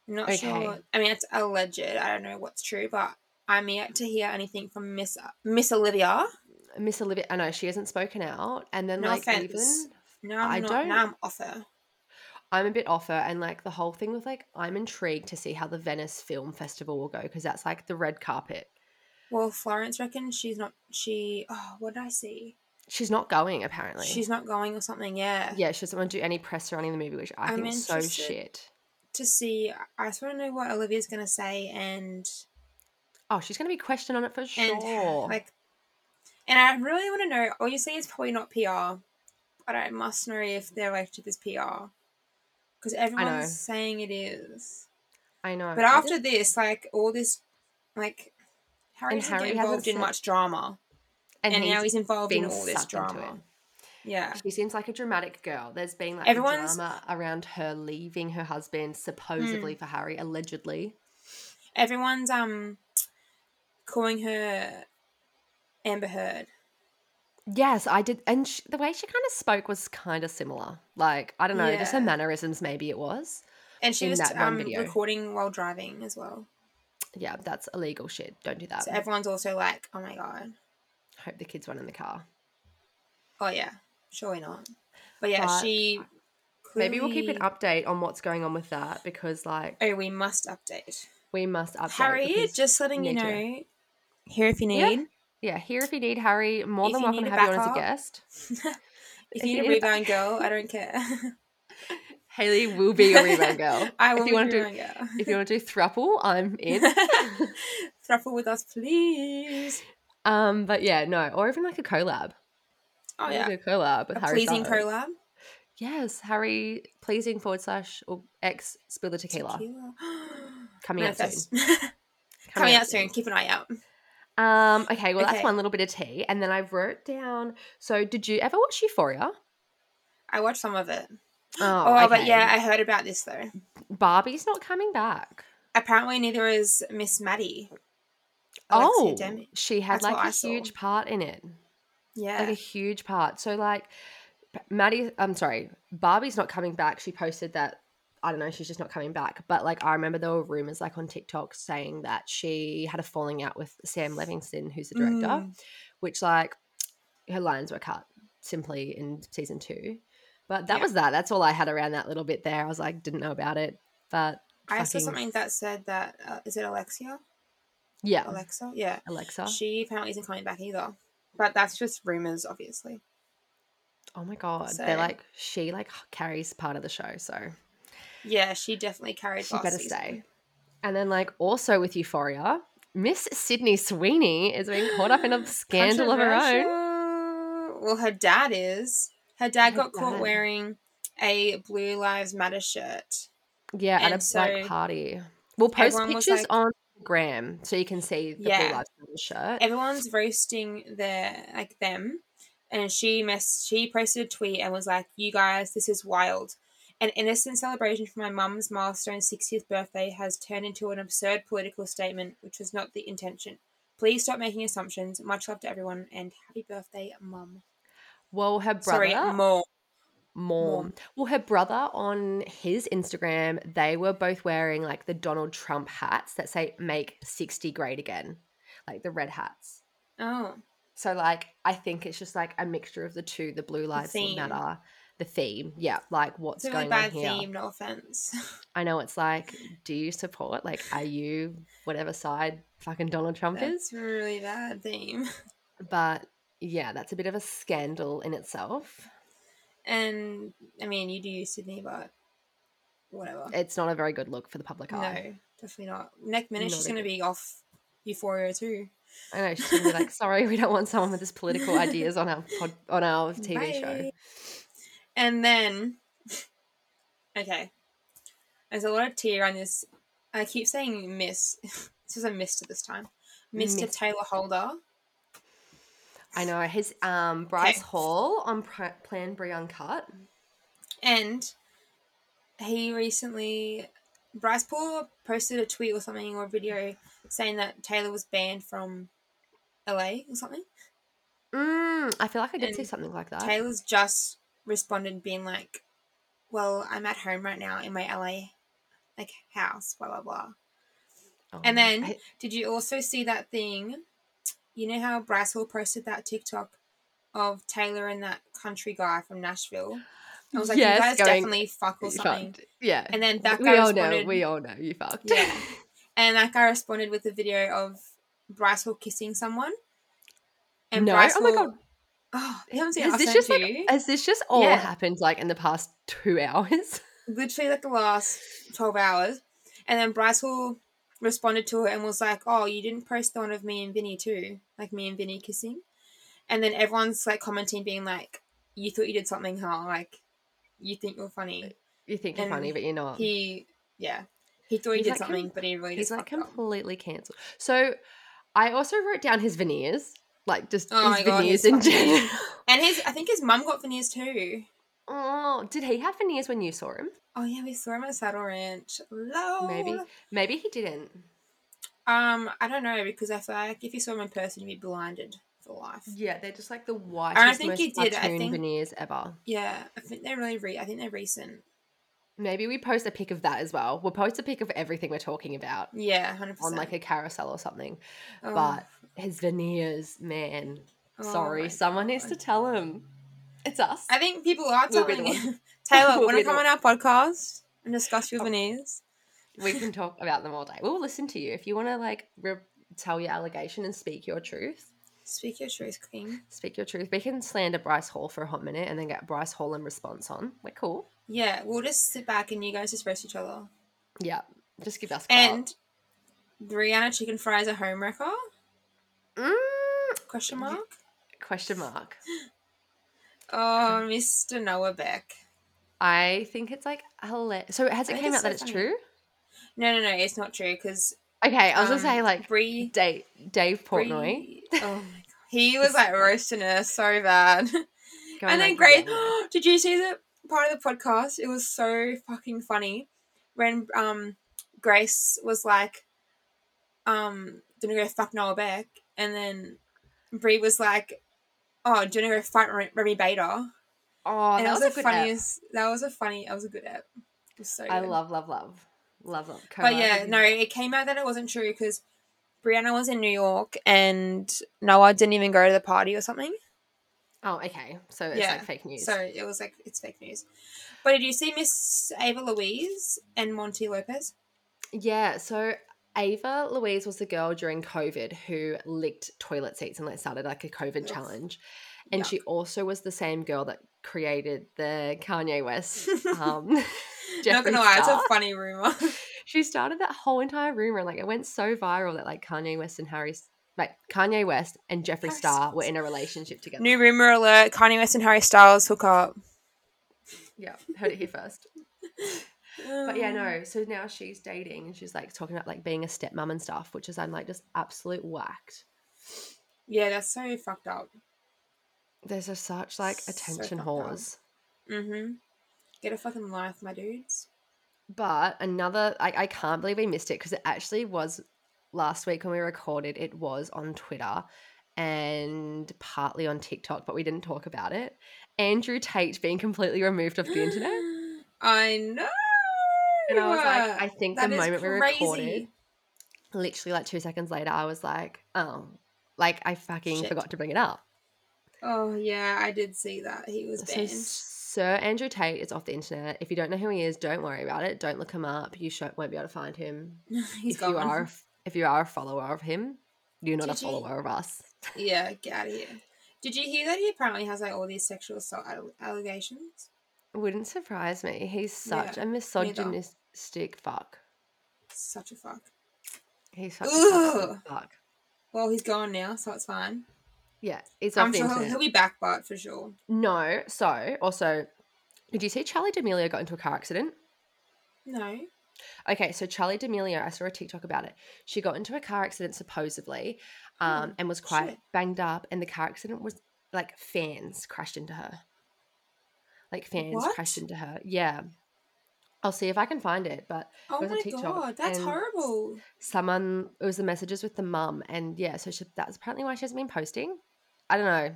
Speaker 2: I'm not sure.
Speaker 1: Okay.
Speaker 2: I mean, it's alleged. I don't know what's true, but I'm yet to hear anything from Miss Miss Olivia.
Speaker 1: Miss Olivia, I know she hasn't spoken out, and then
Speaker 2: No
Speaker 1: like
Speaker 2: offense.
Speaker 1: even
Speaker 2: No, I'm
Speaker 1: I
Speaker 2: not.
Speaker 1: don't-
Speaker 2: Now I'm off her.
Speaker 1: I'm a bit off her, and like the whole thing with like I'm intrigued to see how the Venice Film Festival will go because that's like the red carpet.
Speaker 2: Well, Florence reckons she's not. She. Oh, what did I see?
Speaker 1: She's not going apparently.
Speaker 2: She's not going or something. Yeah.
Speaker 1: yeah, she doesn't want to do any press surrounding the movie, which I
Speaker 2: I'm
Speaker 1: think is so
Speaker 2: interested.
Speaker 1: shit.
Speaker 2: To see, I just want to know what Olivia's gonna say and
Speaker 1: Oh, she's going to be questioned on it for
Speaker 2: and
Speaker 1: sure.
Speaker 2: like, and I really want to know. Obviously, it's probably not PR, but I must know if their relationship is PR because everyone's saying it is.
Speaker 1: I know.
Speaker 2: But
Speaker 1: I
Speaker 2: after
Speaker 1: just-
Speaker 2: this, like all this, like Harry
Speaker 1: And
Speaker 2: doesn't
Speaker 1: Harry
Speaker 2: get
Speaker 1: hasn't
Speaker 2: involved in
Speaker 1: said-
Speaker 2: much drama, and, now he's involved in
Speaker 1: been
Speaker 2: all this
Speaker 1: sucked into
Speaker 2: drama. Yeah,
Speaker 1: it. She seems like a dramatic girl. There's been like
Speaker 2: Everyone's-
Speaker 1: drama around her leaving her husband supposedly
Speaker 2: Hmm.
Speaker 1: for Harry, allegedly.
Speaker 2: everyone's um calling her Amber Heard.
Speaker 1: Yes, I did, and sh the way she kind of spoke was kind of similar. Like I don't know, just her
Speaker 2: Yeah.
Speaker 1: mannerisms. Maybe it was.
Speaker 2: And she
Speaker 1: In
Speaker 2: was
Speaker 1: that one
Speaker 2: um,
Speaker 1: video.
Speaker 2: recording while driving as well.
Speaker 1: Yeah, that's illegal shit. Don't do that.
Speaker 2: So everyone's also like, oh my God.
Speaker 1: Hope the kids run in the car.
Speaker 2: Oh, yeah. Surely not. But yeah,
Speaker 1: But
Speaker 2: she.
Speaker 1: Maybe we'll keep an
Speaker 2: clearly-
Speaker 1: update on what's going on with that because, like,
Speaker 2: Oh, we must update.
Speaker 1: We must update.
Speaker 2: Harry,
Speaker 1: because-
Speaker 2: just letting you
Speaker 1: need to.
Speaker 2: know. Here if you
Speaker 1: Yeah.
Speaker 2: need.
Speaker 1: yeah, here if you need Harry, more
Speaker 2: If
Speaker 1: than
Speaker 2: you
Speaker 1: welcome
Speaker 2: need
Speaker 1: to
Speaker 2: a
Speaker 1: have you on as a
Speaker 2: backup.
Speaker 1: guest.
Speaker 2: If
Speaker 1: If
Speaker 2: you
Speaker 1: you
Speaker 2: need a
Speaker 1: need a
Speaker 2: rebound girl, I
Speaker 1: [laughs]
Speaker 2: don't care.
Speaker 1: Haley will be
Speaker 2: [laughs]
Speaker 1: your rebound girl.
Speaker 2: I will
Speaker 1: if
Speaker 2: be
Speaker 1: you want to do
Speaker 2: rebound girl.
Speaker 1: if you want to do thruple, I'm in.
Speaker 2: [laughs] Thruffle with us, please.
Speaker 1: um, but yeah, no, or even like a collab.
Speaker 2: Oh
Speaker 1: We
Speaker 2: yeah,
Speaker 1: could do a collab with
Speaker 2: a
Speaker 1: Harry.
Speaker 2: pleasing
Speaker 1: Styles.
Speaker 2: collab.
Speaker 1: Yes, Harry pleasing forward slash or X spill the tequila,
Speaker 2: Tequila. [gasps]
Speaker 1: coming out soon.
Speaker 2: [laughs] Manifest. Coming out soon. Keep an eye out.
Speaker 1: Um, okay, well
Speaker 2: Okay.
Speaker 1: that's one little bit of tea, and then I wrote down. So, did you ever watch Euphoria?
Speaker 2: I watched some of it.
Speaker 1: Oh,
Speaker 2: Oh, but
Speaker 1: okay.
Speaker 2: yeah, I heard about this though.
Speaker 1: Barbie's not coming back.
Speaker 2: Apparently, neither is Miss Maddie.
Speaker 1: oh,
Speaker 2: Alexia Demi.
Speaker 1: she had
Speaker 2: That's
Speaker 1: like
Speaker 2: what I
Speaker 1: a
Speaker 2: saw.
Speaker 1: huge part in it,
Speaker 2: yeah.
Speaker 1: like a huge part. So like, B- Maddie, I'm sorry, Barbie's not coming back. She posted that. I don't know, she's just not coming back. But like, I remember there were rumors like on TikTok saying that she had a falling out with Sam Levingston, who's the director,
Speaker 2: Mm.
Speaker 1: which like her lines were cut simply in season two. But that
Speaker 2: Yeah.
Speaker 1: was that. That's all I had around that little bit there. I was like, didn't know about it. But
Speaker 2: I saw
Speaker 1: fucking-
Speaker 2: something that said that uh, is it Alexia?
Speaker 1: yeah,
Speaker 2: Alexa, yeah.
Speaker 1: Alexa.
Speaker 2: She apparently isn't coming back either. But that's just rumors, obviously.
Speaker 1: oh my god,
Speaker 2: So-
Speaker 1: they're like she like carries part of the show, so
Speaker 2: Yeah, she definitely carried.
Speaker 1: she
Speaker 2: last
Speaker 1: better
Speaker 2: season.
Speaker 1: stay. And then like also with Euphoria, Miss Sydney Sweeney is being caught up in
Speaker 2: [gasps]
Speaker 1: a scandal of her own.
Speaker 2: Controversial. Well, her dad is. Her dad
Speaker 1: Her
Speaker 2: got caught
Speaker 1: dad.
Speaker 2: wearing a Blue Lives Matter shirt.
Speaker 1: Yeah, at
Speaker 2: And
Speaker 1: a black
Speaker 2: so
Speaker 1: party. We'll post
Speaker 2: everyone was
Speaker 1: pictures
Speaker 2: like-
Speaker 1: on Instagram so you can see the
Speaker 2: Yeah.
Speaker 1: blue lives Matter shirt.
Speaker 2: Everyone's roasting their like them, and she mess she posted a tweet and was like, "You guys, this is wild." An innocent celebration for my mum's milestone 60th birthday has turned into an absurd political statement, which was not the intention. Please stop making assumptions. Much love to everyone, and happy birthday, mum.
Speaker 1: Well, her brother
Speaker 2: Sorry, mom.
Speaker 1: Mom. Well, her brother on his Instagram, they were both wearing like the Donald Trump hats that say make 60 great again, like the red hats.
Speaker 2: Oh,
Speaker 1: So, like, I think it's just like a mixture of the two the blue lives
Speaker 2: theme.
Speaker 1: matter, the theme. Yeah. Like, what's
Speaker 2: it's a really
Speaker 1: going on
Speaker 2: bad
Speaker 1: here?
Speaker 2: theme. No offense.
Speaker 1: I know it's
Speaker 2: [laughs]
Speaker 1: like, do you support, like, are you whatever side fucking Donald Trump
Speaker 2: [laughs]
Speaker 1: is?
Speaker 2: That's a really bad theme.
Speaker 1: But yeah, that's a bit of a scandal in itself.
Speaker 2: And I mean, you do use Sydney, but whatever.
Speaker 1: It's not a very good look for the public
Speaker 2: no,
Speaker 1: eye.
Speaker 2: definitely not. Next minute,
Speaker 1: Not
Speaker 2: she's
Speaker 1: a
Speaker 2: going to
Speaker 1: good-
Speaker 2: be off Euphoria too.
Speaker 1: I know she's gonna be like, "Sorry, we don't want someone with his political ideas on our pod, on
Speaker 2: [laughs]
Speaker 1: our TV show."
Speaker 2: Bye. And then, [laughs] okay, there's a lot of tea around this. I keep saying Miss. [laughs] this is a Mister this time. Mister
Speaker 1: Miss.
Speaker 2: Taylor Holder.
Speaker 1: I know his um Bryce Hall on Pri- Plan Brie Uncut.
Speaker 2: And he recently, Bryce Paul posted a tweet or something or a video saying that Taylor was banned from LA or something.
Speaker 1: Mm, I feel like I did see
Speaker 2: And
Speaker 1: something like that.
Speaker 2: Taylor's just responded being like, well, I'm at home right now in my LA like house, blah blah blah.
Speaker 1: Oh,
Speaker 2: And then
Speaker 1: I-
Speaker 2: did you also see that thing? You know how Bryce Hall posted that TikTok of Taylor and that country guy from Nashville? I was like,
Speaker 1: Yes,
Speaker 2: you guys
Speaker 1: going-
Speaker 2: definitely fuck or
Speaker 1: you
Speaker 2: something.
Speaker 1: fucked. Yeah,
Speaker 2: And then that guy
Speaker 1: we all know.
Speaker 2: responded,
Speaker 1: We all know you fucked. [laughs]
Speaker 2: [laughs] Yeah. And that guy responded with a video of Bryce Hall kissing someone.
Speaker 1: no,
Speaker 2: Bryce
Speaker 1: oh my
Speaker 2: Hall-
Speaker 1: god,
Speaker 2: Oh, you haven't seen it.
Speaker 1: has
Speaker 2: I'll
Speaker 1: this
Speaker 2: send it
Speaker 1: just
Speaker 2: to
Speaker 1: like
Speaker 2: you.
Speaker 1: has this just all
Speaker 2: Yeah.
Speaker 1: happened like in the past [laughs] two hours? [laughs]
Speaker 2: Literally like the last 12 hours. And then Bryce Hall responded to it and was like, oh, you didn't post the one of me and Vinny too. Like me and Vinny kissing. And then everyone's like commenting being like, you thought you did something, huh? Like, you think you're funny.
Speaker 1: You think you're
Speaker 2: And
Speaker 1: funny, but you're not.
Speaker 2: He, yeah. He thought he
Speaker 1: He's
Speaker 2: did
Speaker 1: like com-
Speaker 2: something, but he really
Speaker 1: He's
Speaker 2: just
Speaker 1: like
Speaker 2: fucked up.
Speaker 1: completely cancelled. So I also wrote down his veneers, like just
Speaker 2: Oh my
Speaker 1: his
Speaker 2: God,
Speaker 1: veneers
Speaker 2: his
Speaker 1: in
Speaker 2: fucking-
Speaker 1: general. [laughs]
Speaker 2: And his, I think his mum got veneers too.
Speaker 1: Oh, did he have veneers when you saw him?
Speaker 2: Oh yeah, we saw him at Saddle Ranch. Lol.
Speaker 1: Maybe, maybe he didn't.
Speaker 2: Um, I don't know because I feel like if you saw him in person, you'd be blinded for life.
Speaker 1: Yeah, they're just like the whitest, I
Speaker 2: think
Speaker 1: most
Speaker 2: he did, I
Speaker 1: cartoon
Speaker 2: think-
Speaker 1: veneers ever.
Speaker 2: Yeah, I think they're really. Re- I think they're recent.
Speaker 1: Maybe we post a pic of that as well. We'll post a pic of everything we're talking about
Speaker 2: Yeah, hundred
Speaker 1: on
Speaker 2: percent.
Speaker 1: like a carousel or something.
Speaker 2: Oh.
Speaker 1: But his veneers, man. Sorry, someone needs to tell him. It's us.
Speaker 2: I think people are [laughs]
Speaker 1: We'll be the
Speaker 2: telling
Speaker 1: [laughs]
Speaker 2: Taylor
Speaker 1: We'll
Speaker 2: want
Speaker 1: be
Speaker 2: to
Speaker 1: the Oh.
Speaker 2: come
Speaker 1: one.
Speaker 2: on our podcast and discuss your veneers.
Speaker 1: we can talk about them all day. We'll listen to you if you want to like re- tell your allegation and speak your truth.
Speaker 2: Speak your truth, Queen.
Speaker 1: Speak your truth. We can slander Bryce Hall for a hot minute and then get Bryce Hall in response on. We're cool.
Speaker 2: Yeah, we'll just sit back and you guys just roast each other.
Speaker 1: Yeah, just give us.
Speaker 2: And Rihanna chicken fries a home wrecker?
Speaker 1: Mm,
Speaker 2: Question mark.
Speaker 1: question mark.
Speaker 2: Oh,
Speaker 1: Hmm.
Speaker 2: Mr. Noah Beck.
Speaker 1: I think it's like hilarious. So has
Speaker 2: I
Speaker 1: it
Speaker 2: think
Speaker 1: came
Speaker 2: it's
Speaker 1: out that
Speaker 2: so
Speaker 1: it's
Speaker 2: funny.
Speaker 1: true?
Speaker 2: No, no, no, it's not true because
Speaker 1: Okay, I was gonna
Speaker 2: Um,
Speaker 1: say like
Speaker 2: Bree
Speaker 1: Dave Dave Portnoy.
Speaker 2: Bree- Oh my god,
Speaker 1: [laughs]
Speaker 2: he was like roasting her so bad. [laughs]
Speaker 1: going
Speaker 2: and then
Speaker 1: like,
Speaker 2: great. [gasps]
Speaker 1: "Yeah."
Speaker 2: Did you see the part of the podcast? It was so fucking funny when um Grace was like, um, do you wanna go fuck Noah Beck? And then Brie was like, oh, do you wanna go fight Re- Remy Bader?
Speaker 1: Oh,
Speaker 2: and
Speaker 1: that was a
Speaker 2: the
Speaker 1: good funniest.
Speaker 2: funniest. That was a funny. That was a good app. It was so.
Speaker 1: I
Speaker 2: good.
Speaker 1: love, love, love, love, love.
Speaker 2: But
Speaker 1: Cola
Speaker 2: Oh, yeah,
Speaker 1: and-
Speaker 2: no, it came out that it wasn't true because Brianna was in New York and Noah didn't even go to the party or something.
Speaker 1: Oh, okay. So it's
Speaker 2: Yeah,
Speaker 1: like fake news.
Speaker 2: So it was like it's fake news. But did you see Miss Ava Louise and Monty Lopez?
Speaker 1: Yeah, so Ava Louise was the girl during COVID who licked toilet seats and like started like a COVID
Speaker 2: Ugh.
Speaker 1: challenge. And
Speaker 2: Yuck.
Speaker 1: she also was the same girl that created the Kanye
Speaker 2: [laughs]
Speaker 1: West. [laughs] Um,
Speaker 2: Not
Speaker 1: Jeffree
Speaker 2: gonna lie, it's a
Speaker 1: Star.
Speaker 2: funny rumor.
Speaker 1: she started that whole entire rumor and like it went so viral that like Kanye West and Harry, S- like Kanye West and Jeffree
Speaker 2: Harry
Speaker 1: Star were
Speaker 2: Styles.
Speaker 1: in a relationship together.
Speaker 2: [laughs] New rumor alert: Kanye West and Harry Styles hook up.
Speaker 1: Yeah, heard it here first. But yeah, no. So now she's dating and she's like talking about like being a stepmom and stuff, which is I'm like just absolute whacked.
Speaker 2: Yeah, that's so fucked up.
Speaker 1: There's just such like
Speaker 2: So
Speaker 1: attention
Speaker 2: fucked up.
Speaker 1: whores.
Speaker 2: Mm-hmm. Get a fucking life, my dudes.
Speaker 1: But another, I, I can't believe we missed it because it actually was last week when we recorded, it was on Twitter and partly on TikTok, but we didn't talk about it. Andrew Tate being completely removed off the internet. [gasps]
Speaker 2: [gasps] I know.
Speaker 1: And I was like, I think the
Speaker 2: That is
Speaker 1: moment we
Speaker 2: crazy.
Speaker 1: recorded, literally like two seconds later, I was like, oh, like I fucking
Speaker 2: Shit.
Speaker 1: forgot to bring it up.
Speaker 2: Oh yeah, I did see that he was
Speaker 1: So
Speaker 2: banned.
Speaker 1: Sir Andrew Tate is off the internet. If you don't know who he is, don't worry about it. Don't look him up. You sho- won't be able to find him.
Speaker 2: [laughs] He's
Speaker 1: if
Speaker 2: gone.
Speaker 1: you are a f- if you are a follower of him, you're not a
Speaker 2: Did you-
Speaker 1: follower of us.
Speaker 2: Yeah, get out of here. Did you hear that he apparently has like all these sexual assault alle- allegations?
Speaker 1: Wouldn't surprise me. He's such
Speaker 2: Yeah,
Speaker 1: a misogynistic fuck.
Speaker 2: Such a fuck.
Speaker 1: He's such a toxic
Speaker 2: Ugh.
Speaker 1: fuck.
Speaker 2: Well, he's gone now, so it's fine.
Speaker 1: Yeah, it's off
Speaker 2: I'm
Speaker 1: the
Speaker 2: sure he'll,
Speaker 1: internet.
Speaker 2: he'll be back, but for sure.
Speaker 1: No, so also, did you see Charlie D'Amelio got into a car accident?
Speaker 2: No.
Speaker 1: Okay, so Charlie D'Amelio, I saw a TikTok about it. She got into a car accident supposedly, um,
Speaker 2: Oh,
Speaker 1: and was quite
Speaker 2: shit.
Speaker 1: banged up. And the car accident was like fans crashed into her. Like fans
Speaker 2: What?
Speaker 1: crashed into her. Yeah, I'll see if I can find it. But
Speaker 2: Oh
Speaker 1: was a
Speaker 2: my
Speaker 1: TikTok, Um,
Speaker 2: god, that's
Speaker 1: and-
Speaker 2: horrible.
Speaker 1: someone it was the messages with the mum, and yeah, so she, that's apparently why she hasn't been posting. I don't know.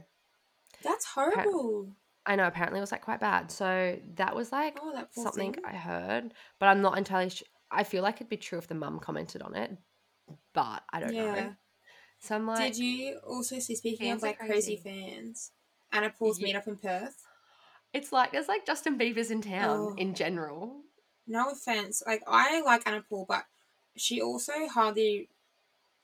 Speaker 2: That's horrible.
Speaker 1: I know. Apparently, it was like quite bad. So that was like
Speaker 2: Oh, that poor
Speaker 1: something
Speaker 2: thing.
Speaker 1: I heard, but I'm not entirely. Sh- I feel like it'd be true if the mum commented on it, but I don't
Speaker 2: yeah.
Speaker 1: know. So I'm like,
Speaker 2: Did you also see? Speaking
Speaker 1: fans
Speaker 2: of
Speaker 1: are
Speaker 2: like crazy.
Speaker 1: crazy.
Speaker 2: fans, Anna Paul's
Speaker 1: Ye-
Speaker 2: meet up in Perth.
Speaker 1: it's like it's like Justin Bieber's in town
Speaker 2: Oh.
Speaker 1: in general.
Speaker 2: No offense, like I like Anna Paul, but she also hardly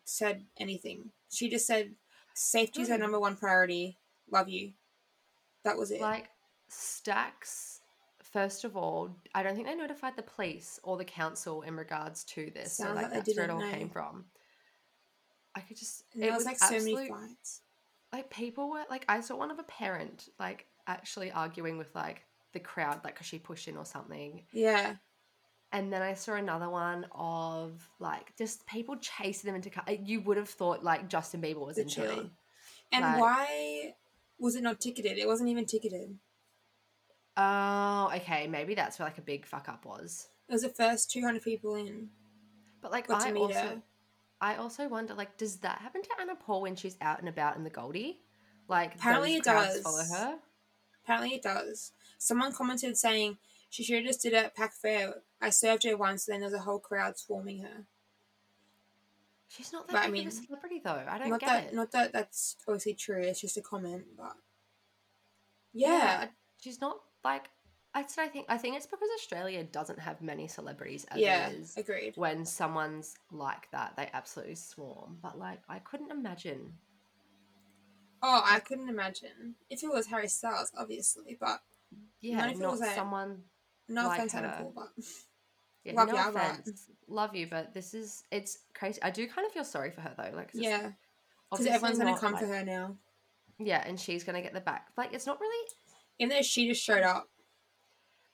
Speaker 2: said anything. She just said, "Safety is our
Speaker 1: No.
Speaker 2: number one priority. Love you." That was it.
Speaker 1: Like Stacks, first of all, I don't think they notified the police or the council in regards to this. so
Speaker 2: Sounds
Speaker 1: like
Speaker 2: like they
Speaker 1: that's where it
Speaker 2: didn't
Speaker 1: all
Speaker 2: know.
Speaker 1: came from. I could just
Speaker 2: and
Speaker 1: it
Speaker 2: there was,
Speaker 1: was
Speaker 2: like so
Speaker 1: absolute
Speaker 2: many fights.
Speaker 1: like people were like I saw one of a parent like actually arguing with like the crowd like because she pushed in or something
Speaker 2: Yeah,
Speaker 1: and then I saw another one of like just people chasing them into car. uh, You would have thought like Justin Bieber was
Speaker 2: The
Speaker 1: in
Speaker 2: chill.
Speaker 1: town.
Speaker 2: and
Speaker 1: Like-
Speaker 2: why was it not ticketed? It wasn't even ticketed.
Speaker 1: Oh, okay, maybe that's where like a big fuck up was.
Speaker 2: It was the first two hundred people in.
Speaker 1: But like
Speaker 2: Got to
Speaker 1: I
Speaker 2: meet
Speaker 1: also,
Speaker 2: her.
Speaker 1: I also wonder like does that happen to Anna Paul when she's out and about in the Goldie? Like
Speaker 2: Apparently
Speaker 1: those
Speaker 2: it
Speaker 1: crowds
Speaker 2: does.
Speaker 1: follow her.
Speaker 2: Apparently, it does. Someone commented saying she should have just did it at Pack Fair. I served her once, then there was a whole crowd swarming her.
Speaker 1: She's not
Speaker 2: But,
Speaker 1: that
Speaker 2: I
Speaker 1: big of
Speaker 2: mean,
Speaker 1: a celebrity though. I don't
Speaker 2: not
Speaker 1: get
Speaker 2: that,
Speaker 1: it.
Speaker 2: not that that's obviously true. It's just a comment, but
Speaker 1: Yeah,
Speaker 2: yeah,
Speaker 1: I- she's not like that's what I think. I think it's because Australia doesn't have many celebrities as
Speaker 2: yeah,
Speaker 1: it is.
Speaker 2: agreed.
Speaker 1: When someone's like that, they absolutely swarm. But like, I couldn't imagine.
Speaker 2: Oh, I couldn't imagine. If it was Harry Styles, obviously, but
Speaker 1: Yeah,
Speaker 2: if it
Speaker 1: not
Speaker 2: was a-
Speaker 1: someone.
Speaker 2: no
Speaker 1: Like
Speaker 2: offense, Hannah
Speaker 1: her.
Speaker 2: Paul, but
Speaker 1: Yeah,
Speaker 2: Love
Speaker 1: no
Speaker 2: you, Albert.
Speaker 1: offense, love you, but this is it's crazy. I do kind of feel sorry for her though, like 'cause it's
Speaker 2: yeah, because
Speaker 1: obviously
Speaker 2: everyone's gonna
Speaker 1: not,
Speaker 2: come for
Speaker 1: like-
Speaker 2: her now.
Speaker 1: Yeah, and she's gonna get the back. Like, it's not really
Speaker 2: Even though she just showed up,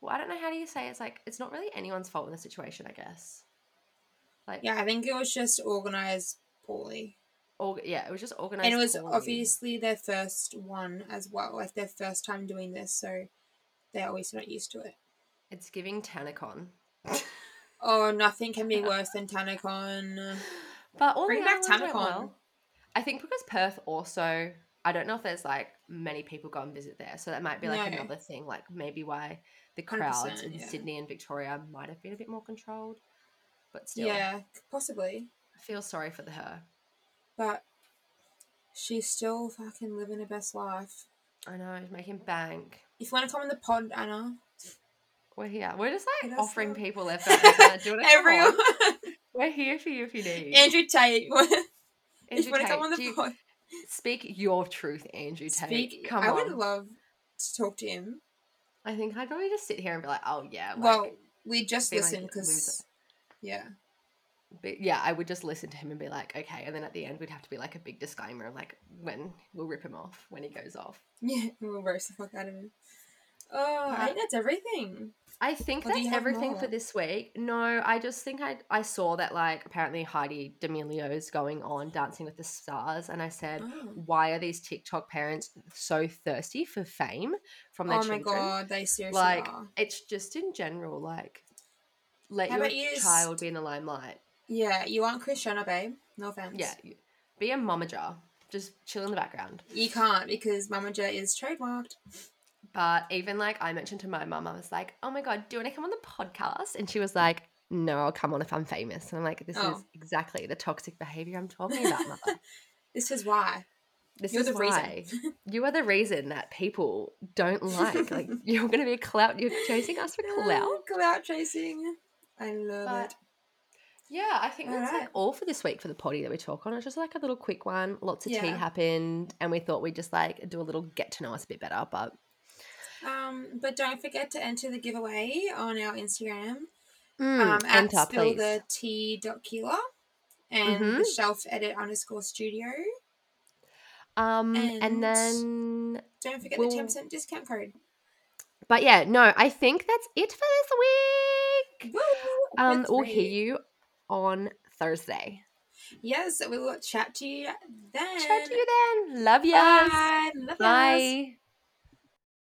Speaker 1: well, I don't know how do you say it? it's like it's not really anyone's fault in the situation, I guess. Like
Speaker 2: yeah, I think it was just organized poorly,
Speaker 1: or, yeah, it was just organized.
Speaker 2: and it was
Speaker 1: poorly.
Speaker 2: obviously their first one as well, like their first time doing this, so they're obviously not used to it.
Speaker 1: It's giving Tanacon.
Speaker 2: Oh, nothing can be worse than TanaCon.
Speaker 1: [laughs] But all
Speaker 2: Bring
Speaker 1: the
Speaker 2: back
Speaker 1: islands went
Speaker 2: Tanacon.
Speaker 1: well. I think because Perth also I don't know if there's like many people go and visit there. So that might be like
Speaker 2: No.
Speaker 1: another thing, like maybe why the crowds
Speaker 2: 100%,
Speaker 1: in
Speaker 2: yeah.
Speaker 1: Sydney and Victoria might have been a bit more controlled. But still
Speaker 2: Yeah, possibly,
Speaker 1: I feel sorry for the her.
Speaker 2: but she's still fucking living her best life.
Speaker 1: I know, it's making bank.
Speaker 2: If you want to come on the pod, Anna,
Speaker 1: We're here. We're just like
Speaker 2: Let us
Speaker 1: offering
Speaker 2: know.
Speaker 1: people
Speaker 2: [laughs]
Speaker 1: left right, and centre. Do you want to Everyone.
Speaker 2: everyone,
Speaker 1: We're here for you if you need.
Speaker 2: [laughs] Andrew Tate, [laughs] if
Speaker 1: Andrew
Speaker 2: you want to come
Speaker 1: Tate,
Speaker 2: on the
Speaker 1: do you-
Speaker 2: pod,
Speaker 1: Speak your truth, Andrew Tate.
Speaker 2: speak.
Speaker 1: come
Speaker 2: I
Speaker 1: on.
Speaker 2: would love to talk to him.
Speaker 1: I think I'd probably just sit here and be like, oh yeah. Like,
Speaker 2: well, we just
Speaker 1: be like
Speaker 2: listen
Speaker 1: a loser.
Speaker 2: because, yeah,
Speaker 1: but yeah, I would just listen to him and be like, okay. And then at the end, we'd have to be like a big disclaimer, of, like when we'll rip him off when he goes off.
Speaker 2: [laughs] yeah, we'll roast the fuck out of him. Oh,
Speaker 1: Uh,
Speaker 2: I think that's everything.
Speaker 1: I think
Speaker 2: Or do you
Speaker 1: that's
Speaker 2: have
Speaker 1: everything for
Speaker 2: more?
Speaker 1: this week. No, I just think I I saw that like apparently Heidi D'Amelio's going on Dancing with the Stars, and I said,
Speaker 2: Oh,
Speaker 1: why are these TikTok parents so thirsty for fame from their
Speaker 2: Oh my
Speaker 1: children?
Speaker 2: god, they seriously
Speaker 1: Like,
Speaker 2: are.
Speaker 1: It's just in general, like let
Speaker 2: How
Speaker 1: your
Speaker 2: about you s-
Speaker 1: child be in the limelight.
Speaker 2: Yeah, you aren't Christiana, babe. No offense.
Speaker 1: Yeah, you- be a momager, just chill in the background.
Speaker 2: You can't because Mama J is trademarked.
Speaker 1: But even like I mentioned to my mum, I was like, "Oh my god, do you want to come on the podcast?" And she was like, "No, I'll come on if I'm famous." And I'm like, "This is
Speaker 2: Oh.
Speaker 1: exactly the toxic behavior I'm talking about,
Speaker 2: [laughs]
Speaker 1: mother.
Speaker 2: This is why.
Speaker 1: This
Speaker 2: You're
Speaker 1: is
Speaker 2: the reason. [laughs]
Speaker 1: why you are the reason that people don't like.
Speaker 2: [laughs]
Speaker 1: Like you're going to be a clout. You're chasing us for clout."
Speaker 2: Ah, Clout chasing. I love
Speaker 1: But yeah, I think that's like
Speaker 2: Alright.
Speaker 1: all for this week for the potty that we talk on. It's just like a little quick one. Lots of tea
Speaker 2: Yeah.
Speaker 1: happened, and we thought we'd just like do a little get to know us a bit better. But
Speaker 2: it. Um, but don't forget to enter the giveaway on our Instagram.
Speaker 1: Mm,
Speaker 2: um, at
Speaker 1: enter,
Speaker 2: spill
Speaker 1: please.
Speaker 2: the tea dot killer and the
Speaker 1: Mhm.
Speaker 2: shelf edit underscore studio.
Speaker 1: um, and
Speaker 2: and-
Speaker 1: then
Speaker 2: Don't forget
Speaker 1: Well-
Speaker 2: the ten percent discount code.
Speaker 1: But yeah, no, I think that's it for this week.
Speaker 2: Woo!
Speaker 1: Um,
Speaker 2: That's
Speaker 1: we'll
Speaker 2: right.
Speaker 1: hear you on Thursday.
Speaker 2: Yes, we will chat to you then.
Speaker 1: Chat to you then. Love ya.
Speaker 2: Bye. Love yous.
Speaker 1: Bye.